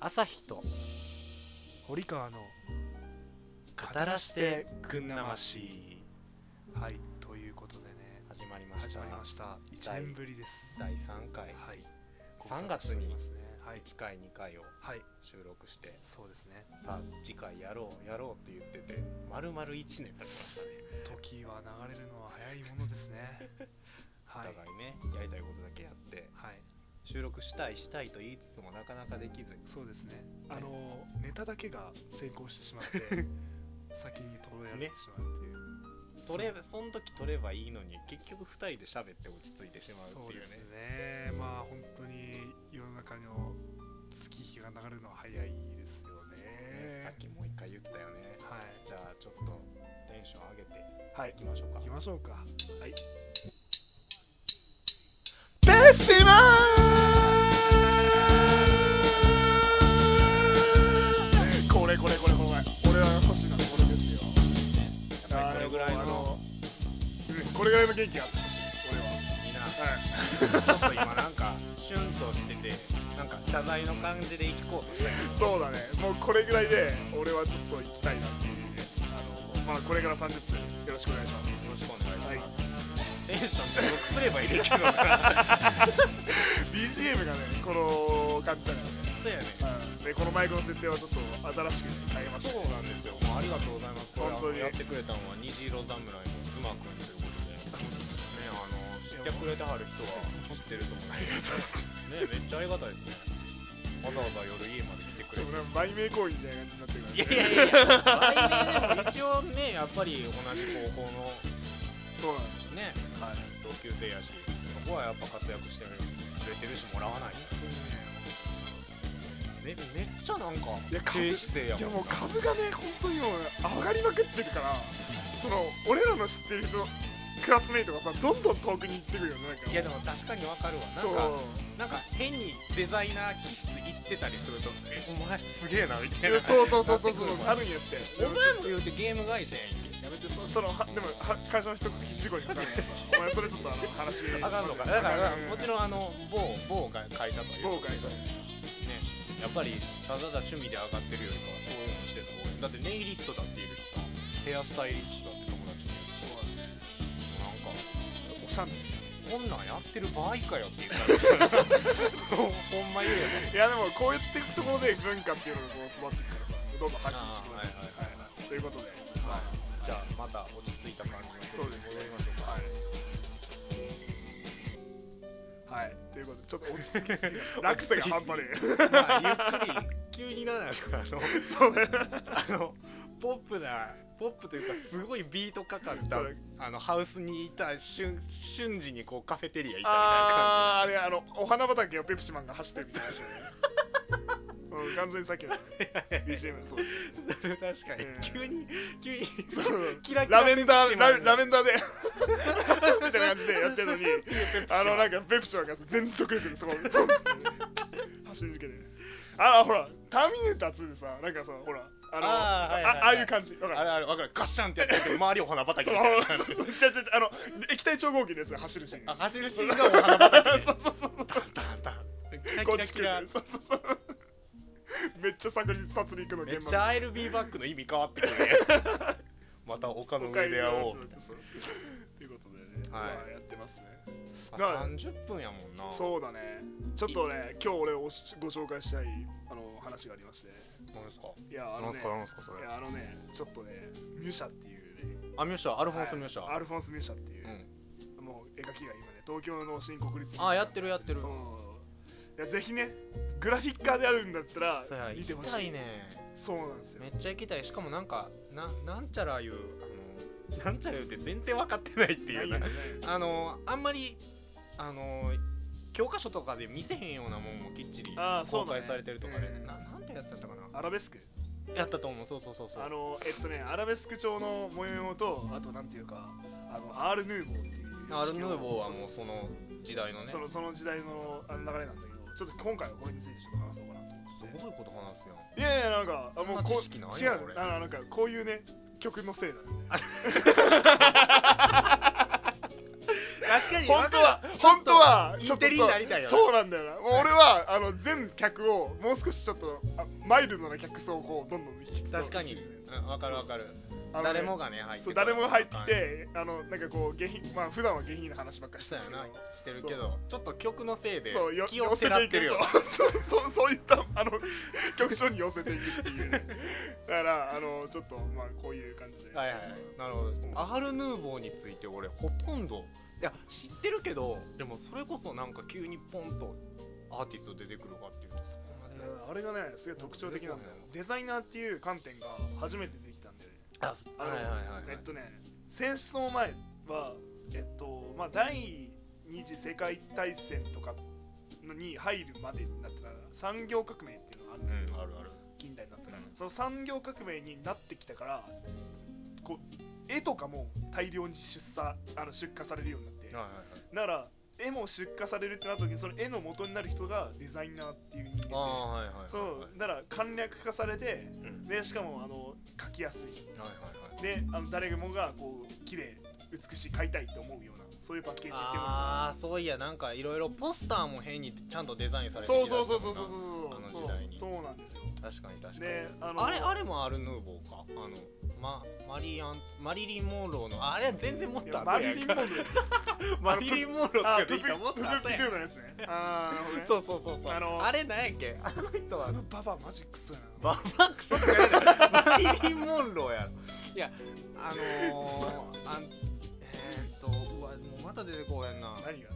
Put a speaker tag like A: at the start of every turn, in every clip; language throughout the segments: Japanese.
A: 朝日と
B: 堀川の
A: 語らしてくんなまし
B: はいということでね
A: 始まりまし
B: 始
A: た
B: まりました1年ぶりです
A: 第3回
B: はい
A: 3月に
B: ご無沙汰しておりますねはい
A: 1回2回を
B: はい
A: 収録して
B: そうですね
A: さあ次回やろうやろうって言ってて丸々1年経ちましたね
B: 時は流れるのは早いものですね
A: お
B: はい
A: 互いねやりたいことだけやって
B: はい
A: 収録したいしたいと言いつつもなかなかできずに
B: そうですねあのネタだけが先行してしまって 先に捉えられてしまうっていう
A: 撮れその時撮ればいいのに結局2人で喋って落ち着いてしまうっ
B: そう
A: てい
B: で
A: う
B: す
A: ね
B: ねまあ本当に世の中の月日が流れるのは早いですよ
A: ね
B: ね
A: さっきもう一回言ったよね
B: はい
A: じゃあちょっとテンション上げて
B: はい
A: いきましょうか
B: 行きましょうかはい
A: ペッシマ
B: これこれこれこれ俺は欲しいのはこれですよ
A: やっぱりこれぐらい
B: あ
A: の
B: のうんこれぐらいの元気があってほしい俺は
A: みんな
B: はい
A: ちょっと今なんかシュンとしててなんか謝罪の感じで行こうとしたけど
B: そうだねもうこれぐらいで俺はちょっと行きたいなっていうねあのまあこれから30分よろしくお願いしま
A: よろしくお願いします、
B: はい
A: テンションで良くすればいいけどな
B: す BGM がねこの感じだからね
A: そうやね
B: うんでこのマイクの設定はちょっと新しく変えまし
A: そ
B: た
A: うなんですよもうありがとうございますこれあ
B: 本当
A: の
B: に
A: やってくれたのは虹色侍の妻くんということでねあの知ってくれてはる人は知ってると思うんでねめっちゃありがたいですねわざわざ夜家まで来てく
B: ち
A: れ
B: ょってとなんか売名行為みたいな
A: いやいやいや来年
B: 感じになってるからね
A: でも一応ねやっぱり同じ高校の
B: そうなんです
A: ね
B: はい
A: 同級生やしそこはやっぱ活躍してくれてるしもらわない
B: 本当にねもうちょっと
A: めめっちゃなんか
B: いや株
A: 低姿勢や
B: いや
A: もん
B: もう株がね本当にもう上がりまくってるからその俺らの知ってる人クラスメイトがさどんどん遠くに行ってくるよねなんか
A: いやでも確かにわかるわなんかなんか変にデザイナー気質いってたりすると「えお前すげえな」みたいな
B: そうそうそうそうそ
A: なってく
B: う
A: るもん
B: あるんやって
A: お前も言うてゲーム会社やんけ
B: やめてそそのはでもは会社の人事故にかかるやつお前それちょっとあの話
A: あかんのかだから
B: う
A: もちろんあの某某が会社とは言う
B: 某会社
A: ねやっぱりただただ趣味で上がってるよりかはそういうのしてた方がいいだってネイリストだっているしさヘアスタイリストだって友達にいるし
B: そうだね
A: なんか
B: おしゃんね
A: こんなんやってる場合かよって いう感じほんま言えば
B: いやでもこうやっていくところで文化っていうのがこう育っていくからさどんどん発信してい
A: あー
B: く
A: はいはいはい
B: はいということではい
A: じゃあまた落ち着いた感じの
B: そうですね
A: 戻りましょうか
B: はい。はい。ということで、ちょっと落ち着きすぎた。落差が半端ね
A: まあ、ゆっくり急にななんかあの
B: え。そうだよね。
A: あのポップなポップというかすごいビートかかった
B: それ
A: あのハウスにいた瞬瞬時にこうカフェテリア行ったみ
B: あー、あれ、あの、お花畑をペプシマンが走ってるみたいなやつだよね。うん、完全にさっきのね
A: たいな感じ
B: BGM、そうだよ
A: 確
B: ね
A: かに、
B: うん
A: 急に急に
B: そう
A: キラキラ
B: ラベンダー、ララベ
A: ン
B: ンダーでみたいな感じでやってる のに、あの、なん
A: か
B: かペプシマンが全速力でそこに 走り抜けて。あー、ほら、ターミネーター2でさ、なんかさ、ほら、あの、
A: あーはいはいはい
B: あああいう感じ。わかる
A: あれあれ分かるガッシャンってやってるけど周りお花畑
B: そ
A: み
B: う
A: たいな感じ、
B: ちゃちゃちゃ、あの、液体超合金のやつが走るシーン。
A: あ走るシーンがお花 畑でタンタンタンキラ
B: こ
A: キ
B: っ
A: ラ
B: ち
A: キ
B: 来
A: ラ
B: る。そうそうそう めっちゃ殺り殺戮の
A: めっ
B: 現
A: ちゃ
B: 場。
A: アイルビーバックの意味変わってくるね また丘の上で会おう
B: そうということでね、
A: はい
B: まあやってますね。
A: ま
B: な
A: あ30分やもんな
B: そうだね。ちょっとね、今日俺おしご紹介したいあの話がありまして、
A: なんですか
B: いやあ
A: な
B: の
A: ん
B: ね
A: す、かなんですかそれ
B: いやあのね、ちょっとね、ミュシャっていうね、
A: あミュシャア
B: ア
A: ルフォンスミュシャ、
B: アルフォンスミュシャっていうう、
A: ん、
B: もう絵描きが今ね、東京の新国立美術館
A: あやってるやってる
B: そう
A: う。
B: いやぜひね、グラフィッカーであるんだったら
A: や
B: 見
A: 行き
B: てほ
A: た
B: しい
A: い。ね
B: そうなんですよ
A: め。っちゃ行きたいしかもなんかななんちゃらいうあのなんちゃら言うって全然分かってないっていう
B: ない
A: ね
B: よね
A: あのあんまりあの教科書とかで見せへんようなもんもきっちり
B: あーそ
A: 公
B: うだね
A: 開されてるとかで、
B: うん
A: ななんてやつやったかな
B: アラベスク
A: やったと思うそうそうそうそう
B: あのえっとねアラベスク調の模様とあとなんていうかあのアール・ヌーボーっていう
A: アルヌーボーはもう
B: そ
A: そ
B: うそ
A: うの時代のね
B: そのその時代のあの流れなんだけどちょっと今回はこれについてちょっと話そうかなと思って
A: すごいこと話すやん
B: いやいやなんかあ
A: そんな
B: こう
A: 知識ない
B: 違
A: よ
B: う
A: 俺
B: あのなんかこういうね曲のせいだね
A: 確かに
B: 本当は本当はちょっと
A: インテリになりたいよね
B: そうなんだよなもう俺はあの全客をもう少しちょっとあマイルドな客層をこうどんどん引きつ
A: 確かに、うん、分かる分かる、
B: あのね
A: 誰もがね入って
B: そう
A: くる
B: 誰も入ってきてあのなんかこう下品まあ普段は下品な話ばっかりし
A: そ
B: て
A: う
B: る
A: や
B: け
A: な
B: ど
A: してるけどちょっと曲のせいで
B: そうよ
A: 気をせらってるよ
B: 寄せていくそうそうそういったあの 局所に寄せていくっ ていうねだからあのちょっとまあこういう感じで
A: はいはいはいなるほどアール・ヌーボーについて俺ほとんどいや知ってるけどでもそれこそなんか急にポンとアーティスト出てくるかっていうとそこまで
B: うんあれがねすごい特徴的なんだよデザイナーっていう観点が初めてできたんで
A: あ
B: あの、
A: はいはいはい
B: えっとね戦争前はえっとまあ第二次世界大戦とかのに入るまでになってたら産業革命っていうのがあるん
A: う
B: だけど、
A: んあるある
B: 近代になったから、
A: うん
B: その産業革命になってきたからこう絵とかも大量に出産あの出荷されるようになって
A: はいはい
B: だから絵も出荷されるってなった時にその絵の元になる人がデザイナーっていう人
A: ああ
B: 間で
A: はいはいはいはい
B: そうだから簡略化されて
A: うん
B: でしかもあの描きやすい
A: はいはいはい
B: であの誰もがこう綺麗美しい描いたいと思うようなそういうパッケージっていうのが
A: ああそういやなんかいろいろポスターも変にちゃんとデザインされて
B: そうそうそうそうそう
A: うあの
B: そう
A: 時代に
B: そうそうなんですよ
A: 確かに確かに
B: であの
A: あれあれもあるヌーボーかあのママリアンマリリン・モンローのあれは全然もっ
B: い
A: と
B: や
A: 後
B: マ
A: や
B: リ
A: ん
B: リン・
A: か
B: モンロー
A: マリリン・モンローと
B: あ
A: か
B: ー、プ
A: で
B: プ
A: いたもっ
B: プ
A: と
B: プ
A: 後
B: ピ
A: やん
B: ドゥのやつね。あー、なるほどね
A: そうそうそうそう
B: あ
A: あ
B: の
A: れなんやっけあの人は
B: あのババアマジクソやな。
A: ババクソとかやだマリリン・モンローやろいやあのー、あんえー、っとうわもうまた出てこうへんな
B: 何が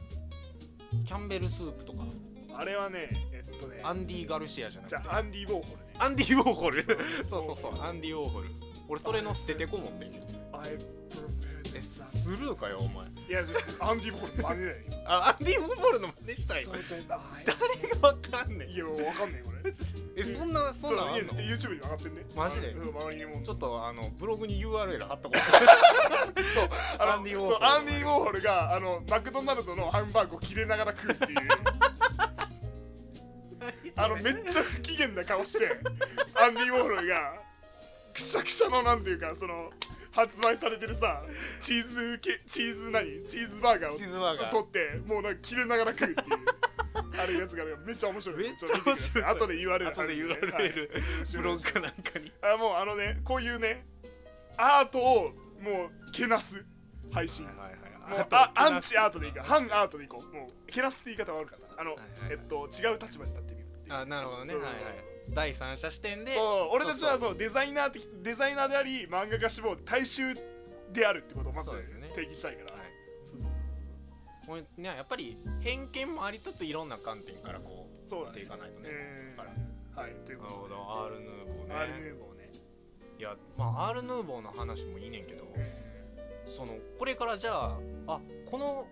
A: キャンベル・スープとか
B: あれはね、えっとね、
A: アンディ・ガルシアじゃなく
B: じ
A: て
B: ゃあアンディ・ウォーホルね。
A: アンディ・ウォーホル
B: そ
A: そううそうそうアンディ・ウォーホル俺それの捨ててこ持ってんけど
B: I prefer
A: え
B: this
A: スルーかよお前
B: song. いや、アンディ・ウォーホルの真似だよ。
A: あアンディ・ウォーホルの真似したい
B: そ
A: 今
B: うだ
A: 誰がわかんね
B: い
A: え
B: や、わかんないこれ。
A: えそんなそんなんあ
B: いや
A: んの
B: YouTube に上がってんね。
A: マジで
B: うんマリリン・モン
A: ち
B: ロ
A: ょ
B: ー。
A: っとあのブログに URL 貼っ とこう
B: そう、あの
A: アンディウォーホル
B: そうアンディ・ウォーホルが、あの、マクドナルドのハンバーグを切れながら食うっていう。あのめっちゃ不機嫌な 顔してアンディ・ウォーホルがくしゃくしゃのなんていうかその発売されてるさチーズ系チーズ何チーズバ ーガーを
A: チーズバーガー
B: 取ってもうなんか切れながら食 うっていうあれやつがねめっちゃ面白い
A: めっちゃ面白い
B: あとで URL
A: 後で
B: はい
A: URL ブログかなんかに
B: あもうあのねこういうねアートをもうけなす配信もうあアンチアートでいいから反アートでいこうもうけなすって言い方はあるからあの、
A: はいはいはい
B: えっと違う立場に立ってみるっていう
A: あなるほどね
B: そう
A: はいはい第三者視点で
B: そう俺たちは
A: ちょ
B: そうデザイナー的デザイナーであり漫画家志望大衆であるってことをまず
A: そうですね
B: 定義したいから、
A: はい
B: そうそう
A: これねやっぱり偏見もありつついろんな観点からこう
B: そうそう
A: や
B: だ
A: っていかないとね
B: え
A: だから
B: ー、はいという
A: な
B: こ
A: る
B: と
A: ほどアールヌーボ
B: で、
A: ー
B: アールヌ
A: ね
B: ーボーね、
A: いやまあアールヌーボーの話もいいねんけど
B: え
A: そのこれからじゃああこの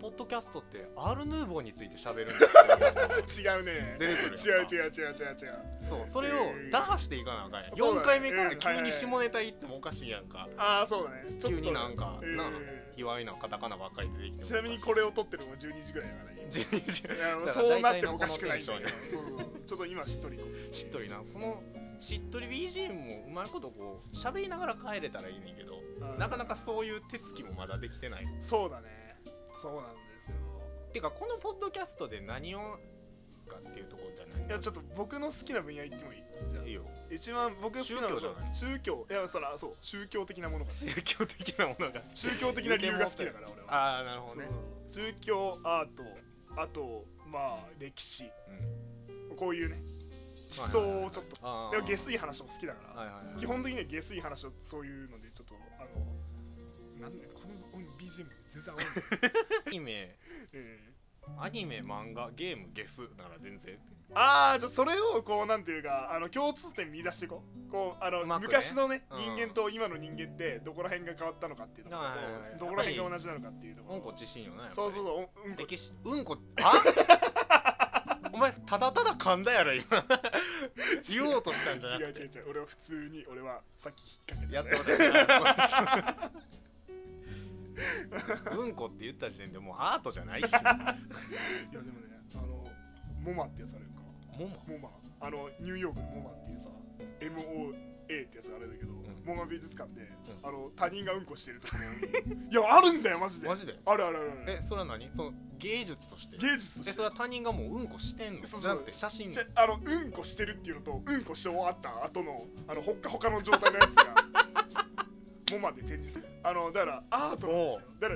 A: ポッドキャストってアールヌーボーについて喋るんだっていう
B: ー違うね
A: 出てくる
B: 違
A: う
B: う違う違う違う違う
A: そうそれを
B: うん
A: 打破していかなあかんやん
B: そうだね
A: 4回目から
B: うんはい
A: 急
B: はい
A: に下ネタ言ってもおかしいやんか
B: ああそうだねちょっ
A: 急
B: と
A: になんか
B: えー
A: なあ卑猥なカタカナばっかり出てきてもおかしい
B: ちなみに これを撮ってるのが12時ぐらいだからね
A: 12時
B: いや
A: だから
B: そうなっ
A: 大体
B: ても
A: のこ
B: おか
A: の
B: しくないんだ
A: テン
B: けど
A: シ
B: そうそうそうちょっと今しっとり
A: しっとりなこのしっとり BGM もうまいことこう喋りながら帰れたらいいねんけどなかなかそういう手つきもまだできてない
B: そうだねそうなんですよ
A: てかこのポッドキャストで何をかっていうところじゃない
B: いやちょっと僕の好きな分野言ってもいいじゃあ
A: いいよ
B: 一番僕が好きなの
A: 宗教じゃない
B: 宗教いやそらそう宗教的なものが
A: 宗教的なものが
B: 宗教的な理由が好きだから俺は
A: ああなるほどね
B: そう宗教アートあとまあ歴史こういうね思想をちょっと
A: と
B: でも下水話も好きだから、
A: はいはいはい
B: 基本的には下水話をそういうのでちょっとあのなんだよこの音 BGM 全然合わない、
A: アニメ
B: うん
A: アニメ漫画ゲームゲスなら全然
B: ああじゃあそれをこうなんていうかあの共通点見出していこうこうあの
A: うまくね
B: 昔のね、
A: うん
B: 人間と今の人間ってどこら辺が変わったのかっていうところ
A: はいはいはい
B: とどこら辺が同じなのかっていうとこ
A: う
B: ろ
A: んこ自身よなやっぱり
B: そうそうそうおうんこ
A: 歴史うんこあ お前ただただ噛んだやろ今言おうとしたんじゃな
B: 違う
A: く
B: 違
A: て
B: う違う俺は普通に俺はさっき引っ掛け
A: やって
B: た
A: ますねうんこって言った時点でもうアートじゃないし
B: いやでもねあのモマってやつあるやんか
A: もも
B: モマあのニューヨークのモマっていうさ MOMA A ってやつがあれだけど、
A: ん
B: モンガ美術館で、あの他人がうんこしてるとかいやあるんだよマジで
A: マジで
B: あるあるあるある
A: えそれは何その芸術として
B: 芸術と
A: え
B: し
A: そ
B: て
A: れは他人がもううんこしてんの
B: そうそう
A: じゃなくて写真
B: じゃあのうんこしてるっていうのとうんこして終わった後のあのほっかほかの状態のやつ がモマで展示するあのだからアートなんですよだか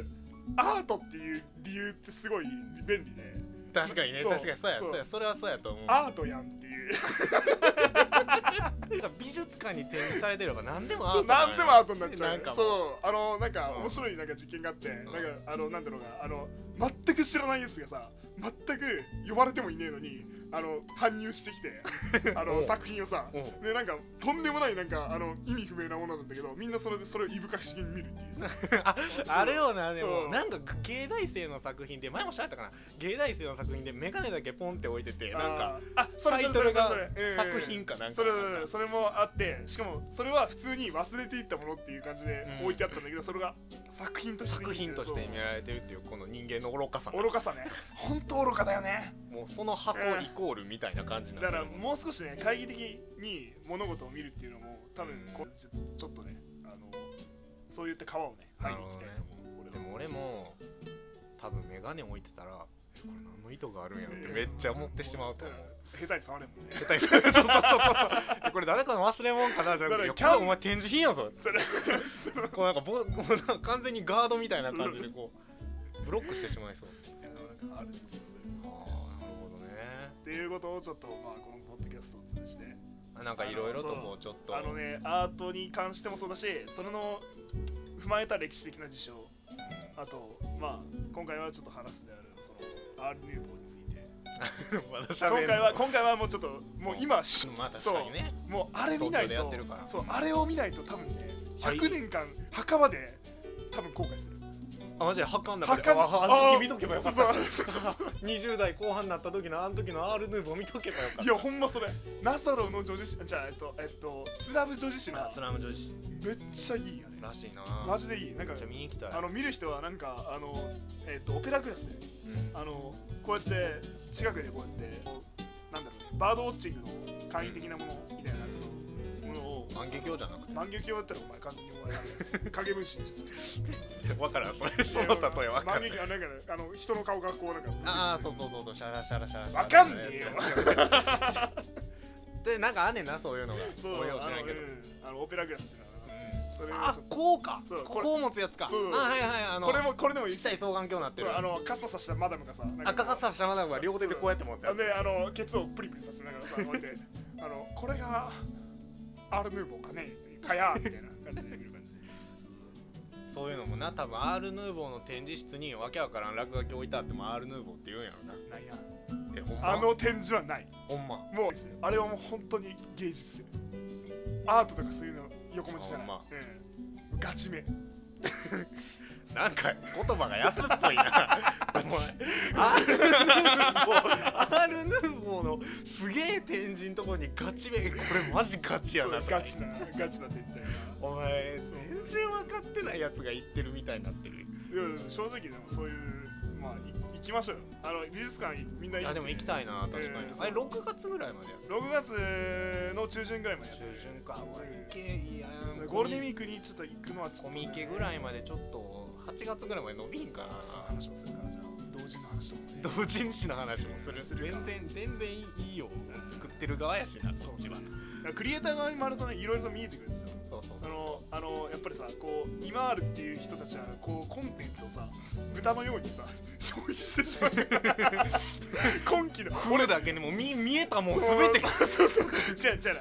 B: らアートっていう理由ってすごい便利で
A: 確かにね
B: そう
A: 確かにそうや
B: そう
A: そうやそれはそうやと思う
B: アートやんっていう
A: なんか美術館に展示されてるのが何でもア
B: そう
A: ートなんや
B: 何でもアートになっちゃう
A: なんかもう
B: そうあのなんか
A: うん
B: 面白いなんか実験があって、
A: ん
B: なんかあのなんだろうなあの全く知らないやつがさ全く呼ばれてもいねえのにあの搬入して きてあ
A: お
B: の
A: う
B: 作品をさ
A: おう
B: でなんかとんでもないなんかあの意味不明なものなんだけどみんなそれでそれをいぶかしげに見るっていうさ
A: ああれよなで
B: そう
A: もなんか芸大生の作品で前もしゃったかな芸大生の作品で眼鏡だけポンって置いててなんか
B: あーあそれ
A: タ
B: そ
A: イトル
B: れそれそれ
A: が
B: それうん
A: 作品かなんか
B: それ
A: なんか
B: それもあってしかもそれは普通に忘れていったものっていう感じで
A: うん
B: 置いてあったんだけど、それが作品として
A: 作品として見られてるっていうこの人間の愚かさ
B: 愚かさね本当愚かだよね
A: もうその箱
B: うん
A: イコールみたいな感じに
B: だ
A: な
B: か
A: って
B: ら
A: る
B: もう少しね懐疑的に物事を見るっていうのも多分こうちょちょっとねあのそういった皮をね剥いでいきたいと思う、
A: で
B: 俺は
A: も俺も多分眼鏡置いてたらこれ何の意図があるんやろってめっちゃ思ってしまうと思う
B: 下手に触れんも んね
A: 下手にそうそうそうそうこれ誰かの忘れ物かなじゃなくていや
B: だから
A: これお前展示品やぞ
B: それ
A: こうなんかぼこうなんか完全にガードみたいな感じでこうブロックしてしまいそう
B: いやなんかあるんですよそれ
A: ああなるほどね
B: っていうことをちょっとまあこのポッドキャストを通じて
A: あなんかいろいろとこうちょっと
B: あのねアートに関してもそうだしそれの踏まえた歴史的な事象あとまあ今回はちょっと話すであるそのアール・ヌーボーについて
A: まだ
B: 今
A: 喋んの
B: 回は今回はもうちょっともう今し
A: まあ確かにね
B: もうあれ見な
A: 東京
B: いと
A: でやってるから
B: そうあれを見ないと多分ね
A: はい
B: 100年間墓場で多分後悔する
A: あマジで墓の中で
B: 墓の
A: あああ
B: あ
A: 見とけばよかった
B: そう
A: 20代後 半になった時のあの時のアール・ヌーボー見とけばよかった
B: いやほんまそれナサロの女子誌じゃあえっとえっとスラブ女子誌の
A: あスラム女子
B: めっちゃいいよね
A: らしいな
B: マジでいいなんか
A: めっちゃ見に行きたい
B: あの見る人はなんかあのえっとオペラグラスで
A: うん
B: あのこうやって近くでこうやってこうなんだろうねバードウォッチングの簡易的なものみたいなそのものを
A: 万華鏡じゃなく
B: 万華鏡だったらお前完全にお前なんか影分身 です
A: て分からんそれその
B: いや
A: 例え分からん
B: 万華鏡 はなんかねあの人の顔がこうなんか
A: ああそうそうそうそうシャラシャラシャラシャラ
B: わかん ねえよ
A: でなんかあんねんなそういうのが
B: そう
A: 俺は知らんけど
B: あのうんあのオペラグラスっていうのはそれは
A: あ
B: ちょっ
A: こうか
B: そうこ
A: こ
B: れ
A: こを持つやつかあ
B: そ
A: は
B: う
A: いはいあ
B: と
A: の
B: これもこれでもい
A: ち
B: い
A: っちゃい双眼鏡になって
B: そう
A: る
B: あの傘さしたマダムがさなんか
A: 赤かさしゃまなが両手でこうやって持つやつ
B: であのケツをプリプリさせながらさこうやってあのこれがアールヌーボーかねかやみたいな感じで見る感じ
A: そういうのもな多分アール・ヌーボーの展示室にわけわからん落書き置いてあってもアール・ヌーボーって言うんやろな
B: ないな
A: えほんま
B: あの展示はない
A: ほんま
B: もうあれはもう本当に芸術アートとかそういうの横持ちじゃない、
A: あま
B: うん、ガチめ
A: なんか言葉が安っぽい な お前アール・ヌーボーアール・ヌーボーのすげえ展示のところにガチめこれマジガチやなとか
B: ガチなガチな展示だよ
A: お前全然分かってないやつが言ってるみたいになってる
B: ないや正直でもそういうまあい行きましょうよあの美術館みんない行
A: やでも行きたいな確かに
B: えー
A: あれ6月ぐらいまでやる
B: 6月の中旬ぐらいまでやって
A: 中
B: る
A: 旬かうわ行けいやー
B: ゴールデンウィ
A: コ
B: ークにちょっと行くのはちょっと、
A: ミコミケぐらいまでちょっと8月ぐらいまで伸びんかな
B: その話もするからじゃあ同時の話とかもね
A: 同人誌の話もする
B: するか
A: 全然全然いいよ作ってる側やしなそっちは
B: クリエイター側に回るとねいろいろと見えてくるんですよ
A: そうそう
B: あ
A: そう
B: の
A: そ
B: あのやっぱりさこう今あるっていう人たちはこうコンテンツをさ豚のようにさ 消費してしまう 今期の
A: うこれだけでも見見えたもん全てが
B: そうそう違う違う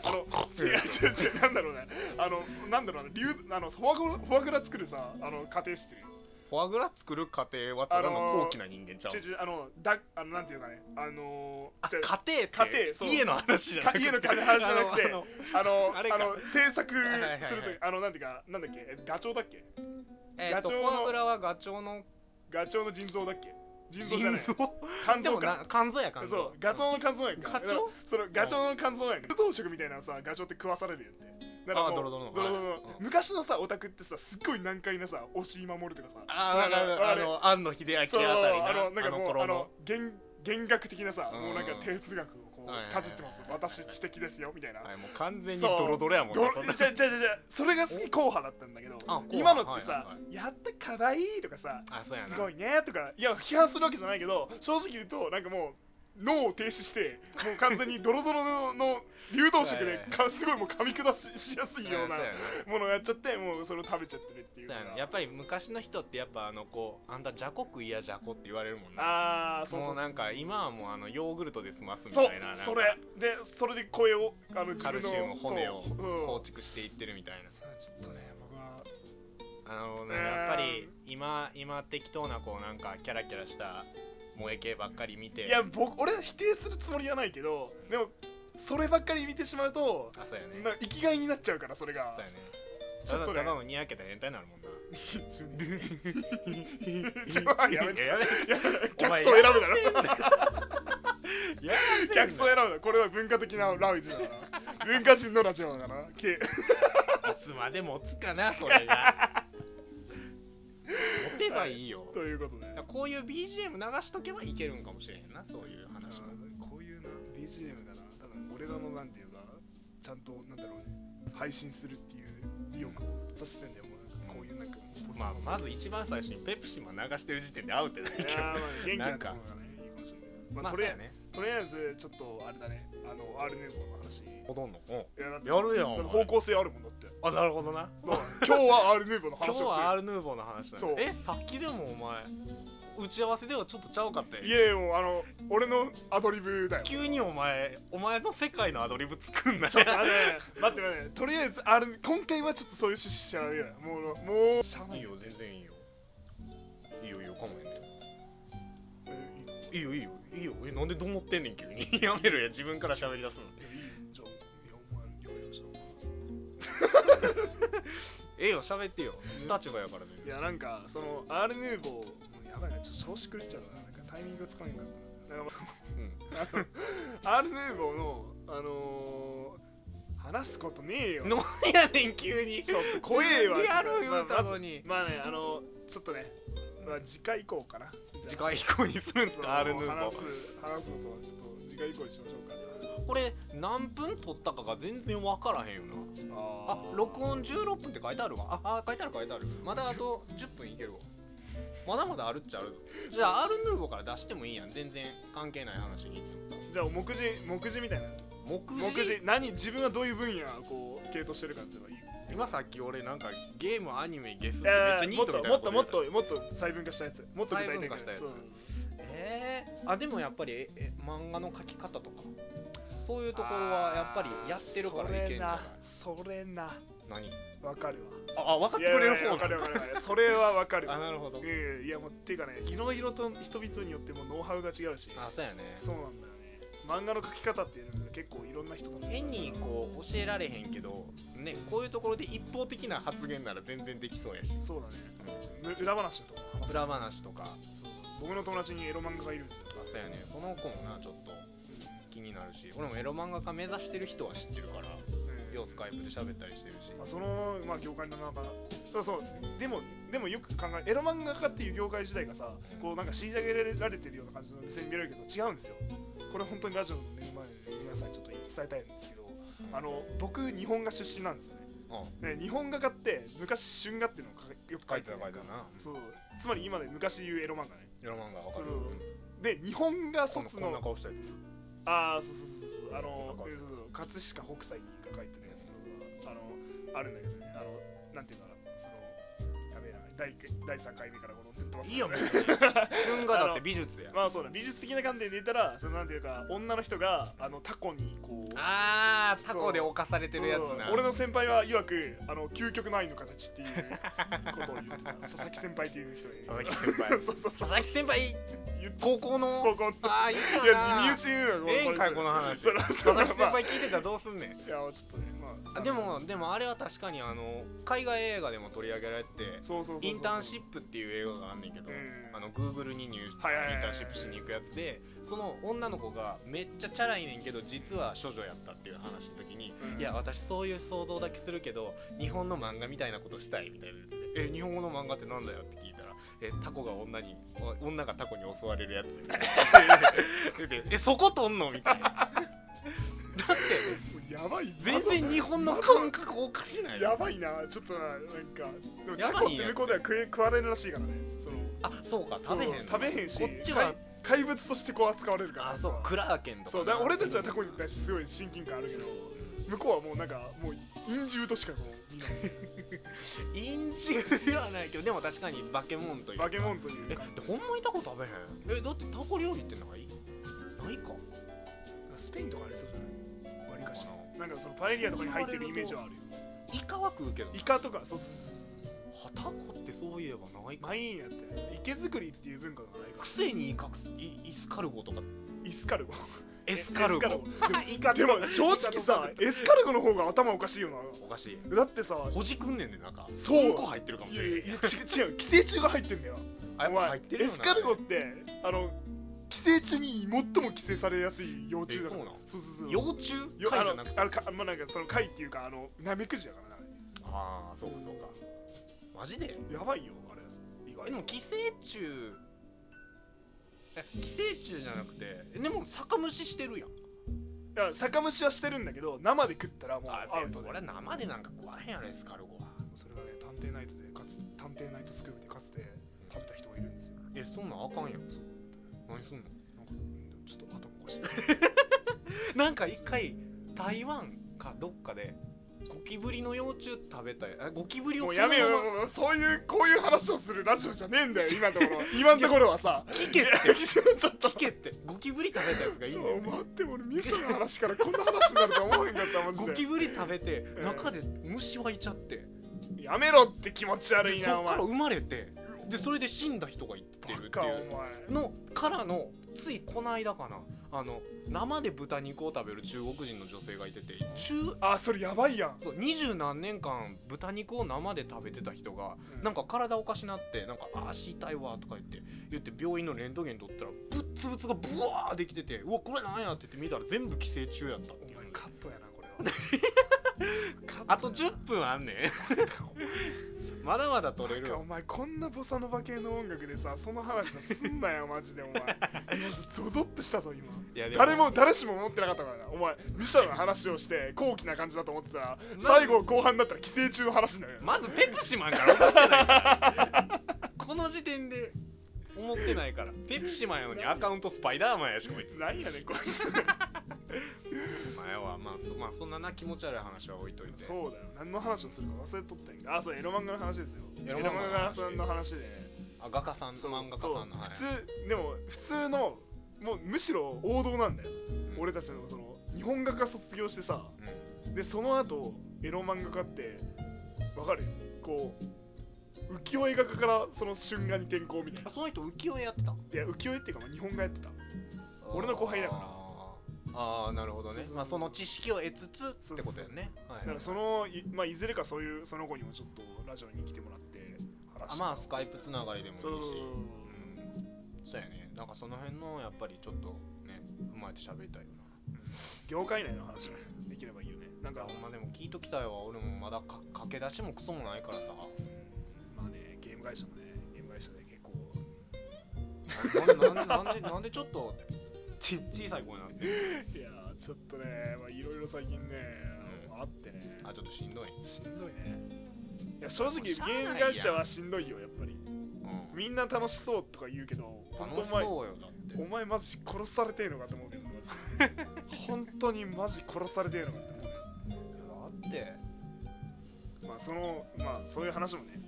B: あの違う違う違うなんだろうねあのなんだろうな流あのフォアグラフォアグラ作るさあの家庭してる
A: フォアグラ作る過程はただの
B: あのー
A: 高貴な人間ちゃう
B: 違う違うあのだあのなんていうかねあの
A: あ家
B: 違う
A: 庭って
B: 家庭そう
A: 家の話じゃなく
B: か
A: て
B: 家の話じゃなくて
A: あのあの
B: あの
A: あれか
B: あの制作
A: はいはいはい
B: するときあのなんていうかなんだっけえガチョウだっけ
A: えーと
B: ガ
A: フ
B: チョウの
A: ォアグラはガチョウの
B: ガチョウの腎臓だっけ腎臓
A: 腎
B: じゃない
A: 臓
B: 肝
A: で
B: 臓
A: も
B: か
A: な肝臓や肝臓
B: そう、ガチョウの肝臓やんか。
A: ガチョウ
B: そのガチョウの肝臓やんか。動食みたいなのさ、ガチョウって食わされるやんって。だからもう
A: あドロドロの
B: ドロドロの
A: はいうん
B: 昔のさ、オタクってさ、すっごい難解なさ、押井守るとかさ。
A: あーわか
B: なん
A: る
B: か
A: あ
B: れ
A: の庵野秀明あた
B: そう、
A: りな
B: あの、なんかもう、あ
A: 頃
B: の
A: の、
B: 弦弦楽的なさ、
A: うん
B: もうなんか哲学をこ
A: はいはいはい
B: かじってます私知的ですよみたいな
A: はい、もう完全にドロドロやもん
B: ど
A: ね
B: れじゃじゃじゃじゃそれが好き硬派だったんだけど
A: あ硬派
B: 今のってさ、
A: はいはい
B: やった課題とかさ
A: あそうやな
B: すごいねとかいや批判するわけじゃないけど正直言うとなんかもう脳を停止してもう完全にドロドロのの流動食でかすごいもう噛み下ししやすいような
A: あそうや
B: ものをやっちゃってもうそれを食べちゃってるっていう
A: そうやな
B: の
A: や
B: が
A: っぱり昔の人ってやっぱあのこうあんたじゃこ食いやじゃこって言われるもんな
B: あーそうそう
A: も
B: そう
A: な
B: う
A: んか今はもうあのヨーグルトで済ますみ
B: そう
A: たいななんか
B: それでそれで声をあの自
A: カ
B: 分の
A: ルシウム骨を
B: そううん
A: 構築していってるみたいな
B: そうちょっとね僕は
A: あのね
B: ね
A: やっぱり今今適当なこうなんかキャラキャラした萌え系ばっかり見て
B: いや僕俺は否定するつもりはないけどでもそればっかり見てしまうと
A: あそうやね
B: な生きがいになっちゃうからそれが
A: そうやね
B: ち
A: た
B: ょっ
A: だ
B: と
A: た
B: ね
A: だのにやけた変態になるもんな
B: ちょやめて
A: いややめてお
B: 客層
A: 前
B: 選ぶだろ
A: やめてんだ
B: 客層選ぶだろこれは文化的なラウジだな文化人のラジオだなけ
A: い つまでもつかなそれが持てばいいよ、
B: ということで
A: だからこういう BGM 流しとけばいけるんかもしれへんなそういう話も
B: こういうな BGM がな多分俺らのなんていうかちゃんとなんだろうね配信するっていう意欲をさせてんだよもうこういうなんか
A: まあまず一番最初にペプシマン流してる時点でアウトだけ
B: い
A: ど
B: やーまあ元気
A: なん
B: な
A: か
B: ところがねいいかもしれないけどま
A: ま
B: あ
A: あ
B: と
A: そ
B: り
A: れ
B: あえ
A: や
B: ず
A: ね
B: とりあえずちょっとあれだねあの R ヌーボーの話い
A: 戻んのうん
B: やだって
A: やるや
B: だって
A: ん
B: 方向性あるもんだって
A: あなるほどな
B: まあ 今日は R ヌーボーの
A: 今
B: 話をす
A: 日
B: る
A: はアールヌーボーの話だ
B: そう
A: えさっきでもお前打ち合わせではちょっとちゃうかったよ
B: いやいやもうあの俺のアドリブだよ
A: 急にお前お前の世界のアドリブ作んな
B: ちょっとあのね待って待ってとりあえずあれ今回はちょっとそういう趣旨しちゃうよもうもうしゃあない
A: いいよ全然いいよいいよいいよ構えんでいいよいいよいいよえなんでどう思ってんねん急に やめろや自分から喋り出すの
B: いやいいよじゃあいやお前料理した
A: ええよ喋ってよ立場やからね
B: いやなんかそのアールヌーボーもうやばいなちょっと調子狂っちゃうななんかタイミングがつかめなかったななんかもうあのアールヌーボーのあのー、話すことねえよ
A: の やねん急に
B: ちょっと怖えわ
A: 自分でや
B: ちょっ
A: る
B: と
A: 言うた
B: ま
A: の
B: あまず
A: に、
B: まあねあのちょっとね、まあ、次回以降かな
A: 次回以降にするんです
B: そう
A: かアールヌーボ
B: 話す
A: ー
B: 話すことはちょっと次回以降にしましょうか
A: これ何分撮ったかが全然分からへんよな
B: あ
A: あ録音16分って書いてあるわああ書いてある書いてあるまだあと10分いけるわまだまだあるっちゃあるぞじゃあアールヌーボーから出してもいいやん全然関係ない話に
B: じゃあ目次目次みたいな
A: 目次
B: 目次何自分はどういう分野をこう系統してるかっていうのはいい
A: 今さっき俺なんかゲームアニメゲスっ
B: い
A: てめっ
B: や
A: ちゃ
B: い
A: ニ
B: やも
A: ー
B: っ
A: トみ
B: と
A: たい
B: も
A: な
B: っ
A: こと
B: と
A: 言
B: も
A: う
B: っともっと細分化したやつもっと具体
A: 細分
B: 的
A: 化
B: な
A: したやつ
B: そう
A: えー、あでもやっぱりええ漫画の描き方とかそういうところはやっぱりやってるからいけんじゃない
B: それな
A: 何
B: それなわかる
A: ああ分かって
B: わ
A: くれる方
B: わか
A: な
B: る
A: の
B: わかるわかるそれはわか る
A: あなるほど
B: うんいやもうていうかねいろいろと人々によってもノウハウが違うし
A: あそうやね
B: そうなんだよね漫画の描き方っていうのが結構いろんな人と
A: 変にこう教えられへんけどねこういうところで一方的な発言なら全然できそうやし
B: そうだねむ裏話とか話す
A: 裏話とか
B: そう僕の友達にエロ漫画がいるんですよ
A: あそうやねその子もなちょっと気になるし俺もエロ漫画家目指してる人は知ってるから
B: うん
A: ようスカイプで喋ったりしてるし
B: まあ、その、まあ、業界の中そうそうでもでもよく考えエロ漫画家っていう業界自体がさこうなんか虐げられてるような感じの目線に見られるけど違うんですよこれ本当にラジオの目の前で皆さんにちょっと伝えたいんですけどあの僕日本画出身なんですよ
A: うん
B: ねね日本画家って昔春画っていうのをかよく
A: 書
B: 書
A: い
B: い
A: て
B: て
A: た
B: る
A: 書いてたな
B: そうつまり今で昔言うエロ漫画ね
A: エロ漫画わかる
B: そうで日本画
A: こんな
B: 卒
A: こんな
B: の
A: 顔したやつ
B: ああそうそうそうそうあの
A: こんな感じ
B: そうそう葛飾北斎が書いてるやつとかあのあるんだけどねあのなんていうかなそのやべえな第一回第3回目からこのぶっ飛ばす
A: いいやん別
B: ね
A: に春画だって美術や
B: まあそうだ美術的な観点で言ったらそのなんていうか女の人があのタコにこう
A: あータコで侵されてるやつな
B: そう俺の先輩は曰くあの究極の愛の形っていうことを言ってた佐々木先輩っていう人に
A: 佐々木先輩
B: そうそう
A: 佐
B: そう
A: 々木先輩
B: 言って
A: 高校の
B: 高校の
A: ああ言
B: いうや
A: な
B: 身内に言うの
A: ええんかいこの話
B: そう
A: 佐
B: そう
A: 々木先
B: まあ
A: 輩聞いてたらどうすんねん
B: いやちょっとねまあ
A: あでもでもあれは確かにあの海外映画でも取り上げられてて
B: そうそうそうそう
A: インターンシップっていう映画があんねんけど
B: うん
A: あの Google に入イン
B: はいはいはいはい
A: ターンシップしに行くやつでその女の子がめっちゃチャラいねんけど実は処女やったっていう話の時に
B: うん
A: いや私そういう想像だけするけど日本の漫画みたいなことしたいみたいな言っててえ日本語の漫画ってなんだよって聞いたらえタコが女に お女がタコに襲われるやつみたいなででえそこ撮んのみたいなだって
B: もうやばい
A: 全然日本の感覚おかしない
B: やばいなちょっとななんかでも
A: や
B: タ
A: ば
B: コっ
A: いん
B: て
A: や
B: 向こうでは食え食われるらしいからねその
A: あそうか食べへんの
B: そう食べへんし
A: こっちは
B: 怪物としてこう扱われるから
A: あそうクラーケンとか
B: そうだから俺たちはタコに対してすごい親近感あるけど向こうはもうなんかもう陰獣としかこう見ない
A: 陰獣ではないけどでも確かに化け物というか
B: 化け物という
A: え
B: か
A: ほんまにタコ食べへんえだってタコ料理ってないないか
B: スペインとかありそうじゃないわりかし
A: か
B: なんかそのパエリアとかに入ってるイメージはあるよ
A: イカは食うけどな
B: イカとかそうそうそう
A: はタコってそういえばないか
B: マインやって池作りっていう文化がないか
A: くせにイカくすイイスカルゴとから
B: イスカルゴ
A: エスカルゴ
B: エスカル
A: イカ
B: でも正直さエスカルゴの方が頭おかしいよ
A: おかしい
B: なだってさ
A: ほじくんねんで中
B: そう
A: うんこ入ってるかも
B: い
A: し
B: や
A: れ
B: い
A: な
B: や
A: い
B: いや違う違う寄生虫が入ってんだよ
A: あやっぱ入ってるよ
B: エ
A: な
B: スカルゴってあの寄生虫に最も寄生されやすい幼虫だか
A: えそ
B: ら
A: うなん
B: そうそうそう
A: 幼虫
B: よ
A: 貝じゃなくて
B: あのあのかまあなんかその貝っていうかあのナメクジだからなあ
A: ああそうかそうかマジで
B: れやばいよあれ意外
A: でも寄生虫え寄生虫じゃなくてえでも酒蒸ししてるやん
B: だから酒蒸しはしてるんだけど生で食ったらもう
A: あ
B: アウト
A: そ
B: で
A: れは生でなんか食わへんやろエスカルゴは
B: それがね探偵ナイトでかつ探偵ナイトスクープでかつて食べた人がいるんですよ
A: えそんなんあかんやん何すんの
B: なんかうんちょっと頭おかしい
A: なんか一回台湾かどっかでゴキブリの幼虫食べたいあゴキブリ
B: も
A: を
B: う
A: その
B: や
A: ま
B: めよ
A: ま
B: もうそういうこういう話をするラジオじゃねえんだよ今のところ今のところはさ
A: 聞けっ
B: いやちょっと
A: 聞けってゴキブリ食べたやつがいい
B: ち
A: ん
B: ょ
A: だよ
B: 待って俺ミシャの話からこんな話になると思わへんかったマジ
A: ゴキ
B: で
A: ブリ食べて
B: うん
A: 中で虫湧いちゃって
B: やめろって気持ち悪い
A: でそっ
B: なお
A: から
B: 前
A: 生まれてでそれで死んだ人が言ってるって
B: バカ
A: いう
B: お前
A: のからのついこの間かなあの生で豚肉を食べる中国人の女性がいてて中
B: あそれやばいやん
A: そう二十何年間豚肉を生で食べてた人がなん
B: か
A: か体おかしなってなんかあ足痛いわとか言って言って病院のレントゲン取ったらぶっつぶつがブワーできててうわこれなんやって言って見たら全部寄生虫やったって
B: お
A: いう
B: 前
A: ので
B: カットやなこれはカット
A: あと10分あんねんまだまだ取れる
B: なんかお前こんなボサノバ系の音楽でさその話さすんなよマジでお 前ゾゾッとしたぞ今
A: いやで
B: 誰も誰しも思ってなかったからなお前ミシャの話をして高貴な感じだと思ってたら最後後半になったら寄生虫の話になるよ
A: まずペプシマンから思ってないからこの時点で思ってないからペプシマンよりアカウントスパイダーマンやしこいつ
B: なんやねんこいつ
A: お前はまあそ,、まあ、そんなな気持ち悪い話は置いといて
B: そうだよ何の話をするか忘れとったんやあそうエロ漫画の話ですよ
A: エ
B: エ
A: ロ
B: ロ
A: 漫
B: 漫
A: 画の話
B: 画さんの話で
A: あ画家さん
B: そう
A: 漫画家さんの
B: そう
A: はい
B: 普通でも普通のもうむしろ王道なんだよ
A: うん
B: 俺たちのその日本画家卒業してさ
A: うん
B: でその後エロ漫画家ってわかるこう浮世絵画家からその春画に転向みたいな
A: あその人浮世絵やってた
B: いや浮世絵っていうかまあ日本画やってた俺の後輩だから
A: あーあーなるほどね
B: そうそうそう
A: まあ、その知識を得つつってことやねはい
B: だからそのい,、まあ、いずれかそういうその子にもちょっとラジオに来てもらって話
A: あ
B: して
A: まあスカイプつながりでもいいし
B: そう
A: うんそうやねなんかその辺のやっぱりちょっとね踏まえて喋りたいよな
B: 業界内の話も できればいいよねなん
A: いや
B: か
A: ほんまでも聞いときたいわ俺もまだか駆け出しもクソもないからさ
B: まあねゲーム会社もねゲーム会社で結構
A: ななんでなんでなんでちょっとち小さい声なんて
B: いやーちょっとねまあいろいろ最近ねあってね
A: あちょっとしんどい、
B: しんどいねいや正直ゲ
A: しゃあないや
B: ー
A: ん
B: ム会社はしんどいよやっぱり
A: うん、
B: みんな楽しそうとか言うけど、本当
A: 楽し
B: お前、
A: そうよだって
B: お前マジ殺されてえのかと思うけど、マ ジで本当にマジ殺されてえのかって思
A: いやだって
B: う。まあ、その、まあ、そういう話もね、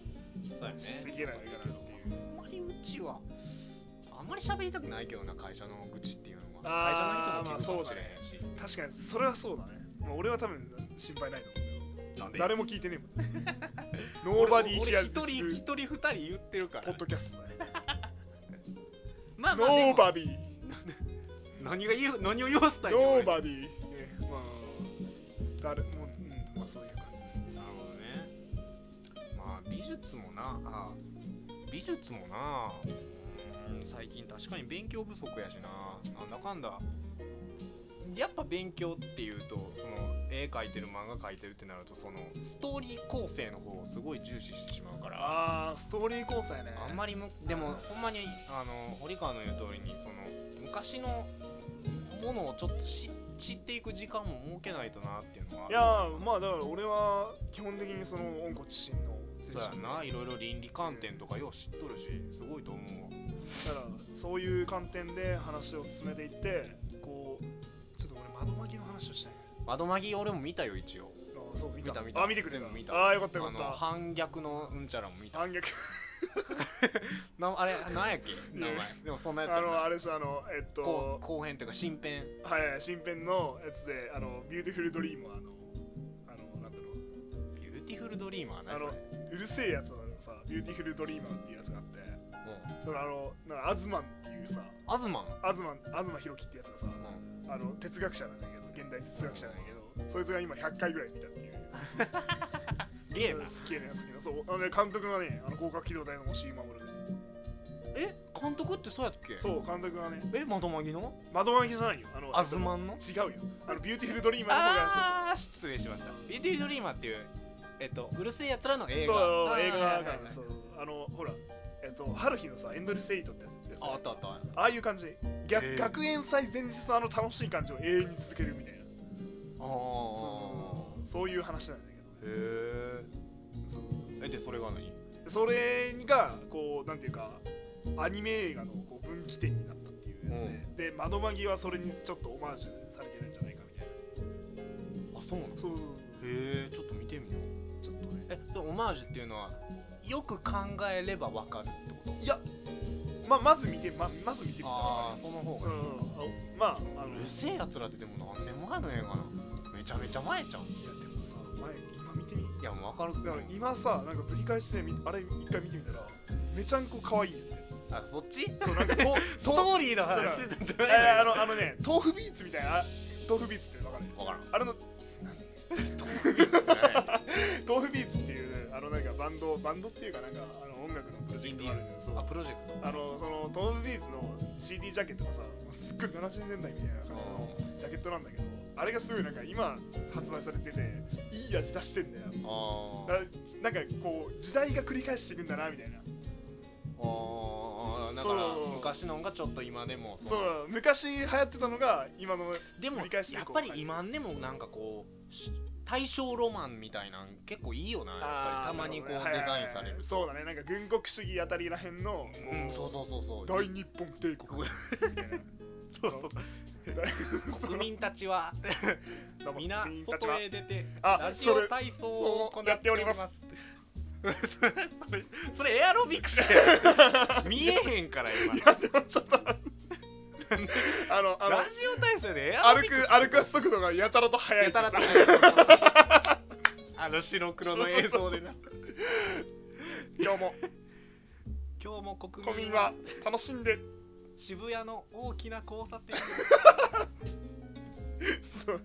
A: そうやね
B: しすぎないからっていう。
A: あんまりうちはあんまり喋りたくないけどな会社の愚痴っていうのは
B: あー
A: 会社の人も聞くかもしれへんし、
B: 確かに、それはそうだね。まあ、俺は多分心配ないと思うけ
A: なん
B: ど、
A: 俺
B: 誰も聞いてねえもん。 ノーバディーヒ
A: 俺
B: アリ
A: 一
B: ポ
A: 人一人二人言ってるから
B: ッドキャ ストだね。
A: まあ
B: ノ
A: まあでも
B: ーバディー、
A: 何が言う何を言わせたいの
B: ノ
A: 俺
B: ーバディー。ねまあ、誰も、うん、まあそういう感じ。
A: なるほどねまあ美術もなあ美術もなうーん最近確かに勉強不足やしななんだかんだやっぱ勉強っていうとその絵描いてる漫画描いてるってなるとそのストーリー構成の方をすごい重視してしまうから
B: ああ、ストーリー構成ね。
A: あんまりむでもほんまにあの堀川の言う通りにその昔のものをちょっと知っ散っていく時間も設けないとなっていうのはい
B: やーまあだから俺は基本的にその温故知新の精
A: そうや
B: 神だか
A: ないろいろ倫理観点とかよう知っとるしすごいと思うわ
B: らそういう観点で話を進めていってこうちょっと俺窓巻きの話をしたい
A: 窓マギ俺も見たよ一応
B: なあそう見た
A: 見た見た
B: あ見てくれた
A: 全部見た
B: ああよかったよ
A: あ
B: かっ
A: の
B: た
A: 反逆のうんちゃらも見た
B: 反逆
A: なあれなんや っけ名前
B: いや
A: でもそんなやつ
B: あ
A: やん
B: の
A: な
B: あれでしょあのえっ
A: 後
B: と
A: 後編というか新編
B: はいはい新編のやつであのビューティフルドリームはあのあのなんだろ
A: ビューティフルドリーマーな
B: あ
A: そ
B: の
A: れ
B: ううるせえやつなのさビューティフルドリーマーっていうやつがあって
A: うん
B: そのあのなんかアズマンっていうさ
A: アズマン
B: アズマン東博樹ってやつがさ
A: うん
B: あの哲学者なんだけど現代哲学者なんだけどそいつが今100回ぐらい見たっていう
A: すげえな
B: 好きやね好きなそうあの、ね、監督がねあの合格機動隊の押井守る
A: え監督ってそうやっけ
B: そう監督がね
A: え窓マギの
B: 窓巻きじゃないよあの
A: アズマンの
B: 違うよあのビューティフルドリーマーの方がそう
A: ああ失礼しましたビューティフルドリーマーっていうえっとうるせえやつらの映画
B: そう
A: あー
B: 映画
A: はいはい
B: が
A: はい
B: そうあのほらえっと春日のさエンドレスエイトってやつ
A: ああったあった
B: ああいう感じ逆、
A: へー
B: 学園祭前日のあの楽しい感じを永遠に続けるみたいな
A: あ
B: そうそうそうそういう話なんだけど
A: ーへ
B: そう
A: ええでそれが何
B: それがこうなんていうかアニメ映画のこう分岐点になったっていうやつで、で窓マギはそれにちょっとオマージュされてるんじゃないかみたいな
A: あそうなのへ
B: そうそう
A: えちょっと見てみよう
B: そうちょっとね
A: えそうオマージュっていうのはよく考えればわかるってこと
B: いやままず見てままず見てみたら
A: あ
B: わ
A: あ
B: か
A: その方
B: る
A: がいい
B: そうまああ
A: う
B: のい
A: るせえやつらってでも何年前の映画なのめちゃめちゃ前じゃんい
B: やでもさ前今見てみ
A: やもう分かる
B: だから今さなんか繰り返してみあれ一回見てみたらめちゃんこ可愛いよね
A: あそっち
B: そうなんかと
A: スト
B: と
A: ーリーの話してたんじゃ
B: え
A: ない
B: ーあ
A: のよ
B: のあのね豆腐ビーツみたいなあ豆腐ビーツってわかる
A: 分からん
B: あれの
A: あ
B: 豆腐ビーツっていうあのなんかバンドバンドっていうかなんかあの音楽のプロジェクトがあるんだけどそう
A: プロジェク
B: あのその豆腐ビーツの CD ジャケットがさすっごい70年代みたいな
A: ト
B: 感じのジャケットなんだけどあれがすごいなんか今発売されてていい味出してんだよ
A: あ
B: だなんかこう時代が繰り返していくんだなみたいな
A: ああだから
B: そう
A: 昔のがちょっと今でもの
B: そう昔流行ってたのが今の
A: でもや
B: 繰り返して
A: っ
B: こう
A: ぱり今でもなんかこうし大正ロマンみたいなん結構いいよなやっぱりたまにこうデ
B: なるほどね
A: ザインされる
B: そうだねなんか軍国主義あたりらへんのこう
A: うんそうそうそうそう
B: 大日本帝国みたいな
A: そうそう国民たち は
B: どうも
A: 皆
B: 国民たちは
A: 外へ出て
B: あ
A: ラジ
B: そ
A: オ
B: れ
A: 体操を行
B: やっております
A: っておりますそれそれ それエアロビクス や見えへんから今
B: いやでもちょっと待ってあのあの
A: ラジオ体操でエアロ
B: 歩
A: ビクス
B: く歩く速度がやたらと速い
A: やたらと
B: や
A: 速い あの白黒の映像でな
B: つ今日も
A: 今日も国
B: 国
A: 民
B: 民
A: は
B: は楽しんで
A: 渋谷の大きな交差点を
B: そう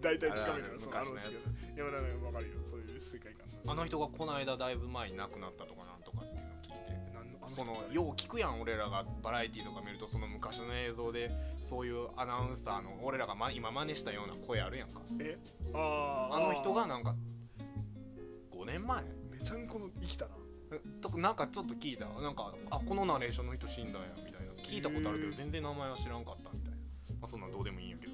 B: 大体つかめるよその
A: あ
B: あ
A: るある
B: の
A: 昔のや
B: いやだから分かるよそういう世界観
A: あの人がこの間だいぶ前に亡くなったとかなんとかっていうのを聞いて
B: なんのあ
A: そ
B: 人
A: のよう聞くやん俺らがバラエティーとか見るとその昔の映像でそういうアナウンサーの俺らが、ま、今真似したような声あるやんか
B: あー
A: あの人がなんか5年前
B: めちゃんこの生きたな
A: えとかなんかちょっと聞いたなんかあこのナレーションの人死んだんやみたいな聞いたことあるけ
B: へ
A: ど
B: ー
A: 全然名前は知らんかったみたいな、まあ、そんなんどうでもいいん やけど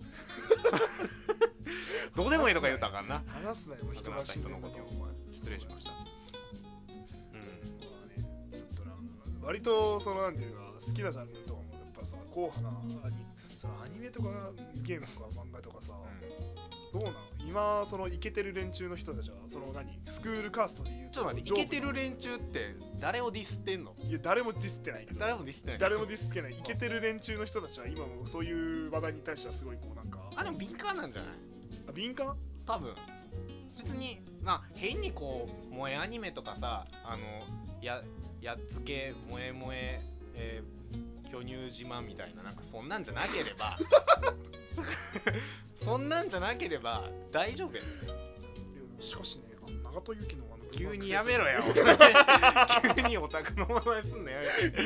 A: どうでもいいとか言うたらあかんな
B: 話すなよ人
A: 人が
B: が
A: 死
B: 死
A: ん
B: ん
A: で
B: で
A: ん
B: ん
A: だけ
B: だけ
A: ど
B: ど
A: お失礼しましたうん
B: まあねちょっとな割とそのなんていうか好きなジャンルとかもやっぱさ硬派なアニそのアニメとかゲームとか漫画とかさ、
A: うん
B: どうなの今そのイケてる連中の人たちはその何スクールカーストで言う
A: ちょっと待ってイ
B: 上部
A: ケてる連中って誰をディスってんの
B: いや誰もディスってないけど
A: 誰もディスってない
B: 誰もディスってないイケてる連中の人たちは今もそういう話題に対してはすごいこうなんか
A: あでも敏感なんじゃない
B: あ敏感
A: 多分別にまあ変にこう萌えアニメとかさあのややっつけ萌え萌ええー巨乳島みたいななんかそんなんじゃなけれ ばそんなんじゃなければ大丈夫や
B: いやしかしねあの長戸由紀のあの
A: 急にやめろ
B: よ
A: や お 前急にオタクの名前すんのやめて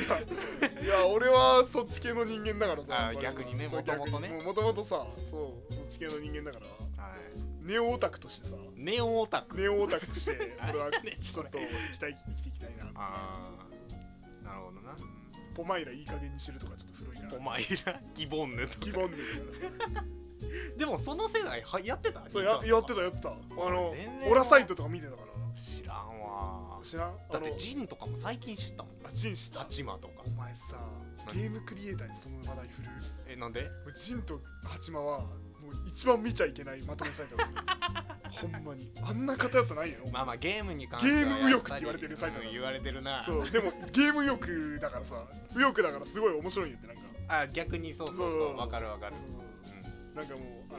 B: いや俺はそっち系の人間だからさ
A: あー逆にね
B: そう
A: 元々ね
B: 逆にもともとさそうそっち系の人間だから
A: はい
B: ネオオタクとしてさ
A: ネオオタク
B: ネオオタクとして
A: あ
B: 俺 は
A: ね
B: ちょっと生きたい生きていきたいなって
A: あーなるほどな
B: ポマイラいい加減にしてるとかちょっと古いな
A: お前らギボンヌと
B: ギ
A: か
B: ボンヌとか
A: でもその世代はやってた
B: そう
A: 兄ち
B: や
A: ゃんとか
B: やってたやってたあの
A: 全然
B: オラサイトとか見てたから
A: 知らんわ
B: 知らんあ
A: だっ
B: の
A: てジンとかも最近知ったもん
B: あジンした
A: 八間とか
B: お前さ
A: 何
B: ゲームクリエイターにその話題振る
A: えなんで
B: もうジンとハチマはもう一番見ちゃいけないまとめサイトだ ほんまにあんな偏ったないよ、
A: まあまあゲームに関しては
B: ゲーム右翼って
A: やぱ
B: 言われ
A: り
B: てるサイトだ
A: うん言われてるな
B: そうでもゲーム欲だからさ右翼だからすごい面白いよってなんか
A: あ逆にそうそうそうわかるわかる
B: そう
A: う
B: そ
A: ん
B: うそうなんかもうあ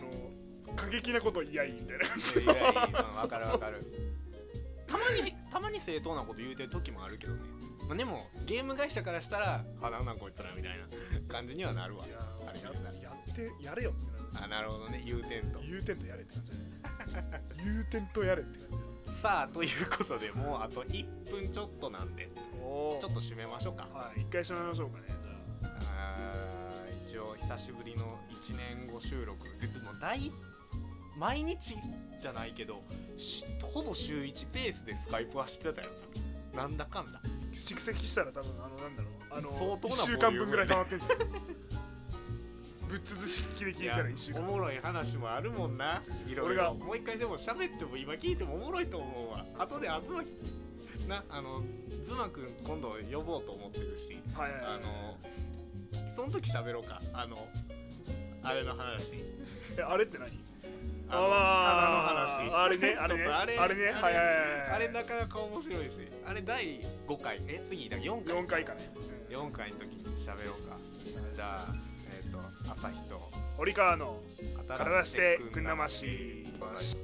B: の過激なこと言い合いみたいな感じ
A: いやいやいやうんわかるわかるたまにたまに正当なこと言うてる時もあるけどね、まあ、でもゲーム会社からしたら「あなんなんこいつら」みたいな感じにはなるわ
B: いや
A: あれ
B: ーややってやれよってなる
A: あなるほどね言うてんと
B: 言うてんとやれって感じだね 言うてんとやれって感じだね
A: さあということでもうあと1分ちょっとなんで
B: おー
A: ちょっと締めましょうか
B: はい一回しましょうかねじゃ
A: あー一応久しぶりの1年後収録ででも大毎日じゃないけどしほぼ週1ペースでスカイプはしてたよななんだかんだ
B: あ蓄積したら多分あのなんだろうあの
A: 相当な
B: 1週
A: ボ
B: 間
A: リュー
B: 分
A: ム
B: ぐらい溜まってんじゃんぶっ潰し気で聞いたら1週
A: お
B: 間
A: もろい話もあるもんないろい
B: 俺が
A: ろもう一回でも喋っても今聞いてもおもろいと思うわあとであずまなあのズマくん今度呼ぼうと思ってるし
B: はいはいはい
A: あのその時喋ろうかあのあれの話
B: えあれって何
A: あの
B: あー
A: 花の話
B: あれね
A: ちょ
B: あ
A: っと
B: れね
A: あれ
B: あれ
A: あ
B: ね
A: れ
B: はいはいはいはい
A: あれなかなか面白いしあれ第5回え次だ4回
B: 4回かね
A: 4回の時に喋ろうかじゃあえっ、と朝日と
B: 堀川の
A: 新しい
B: 体してくんなまし
A: くんなまし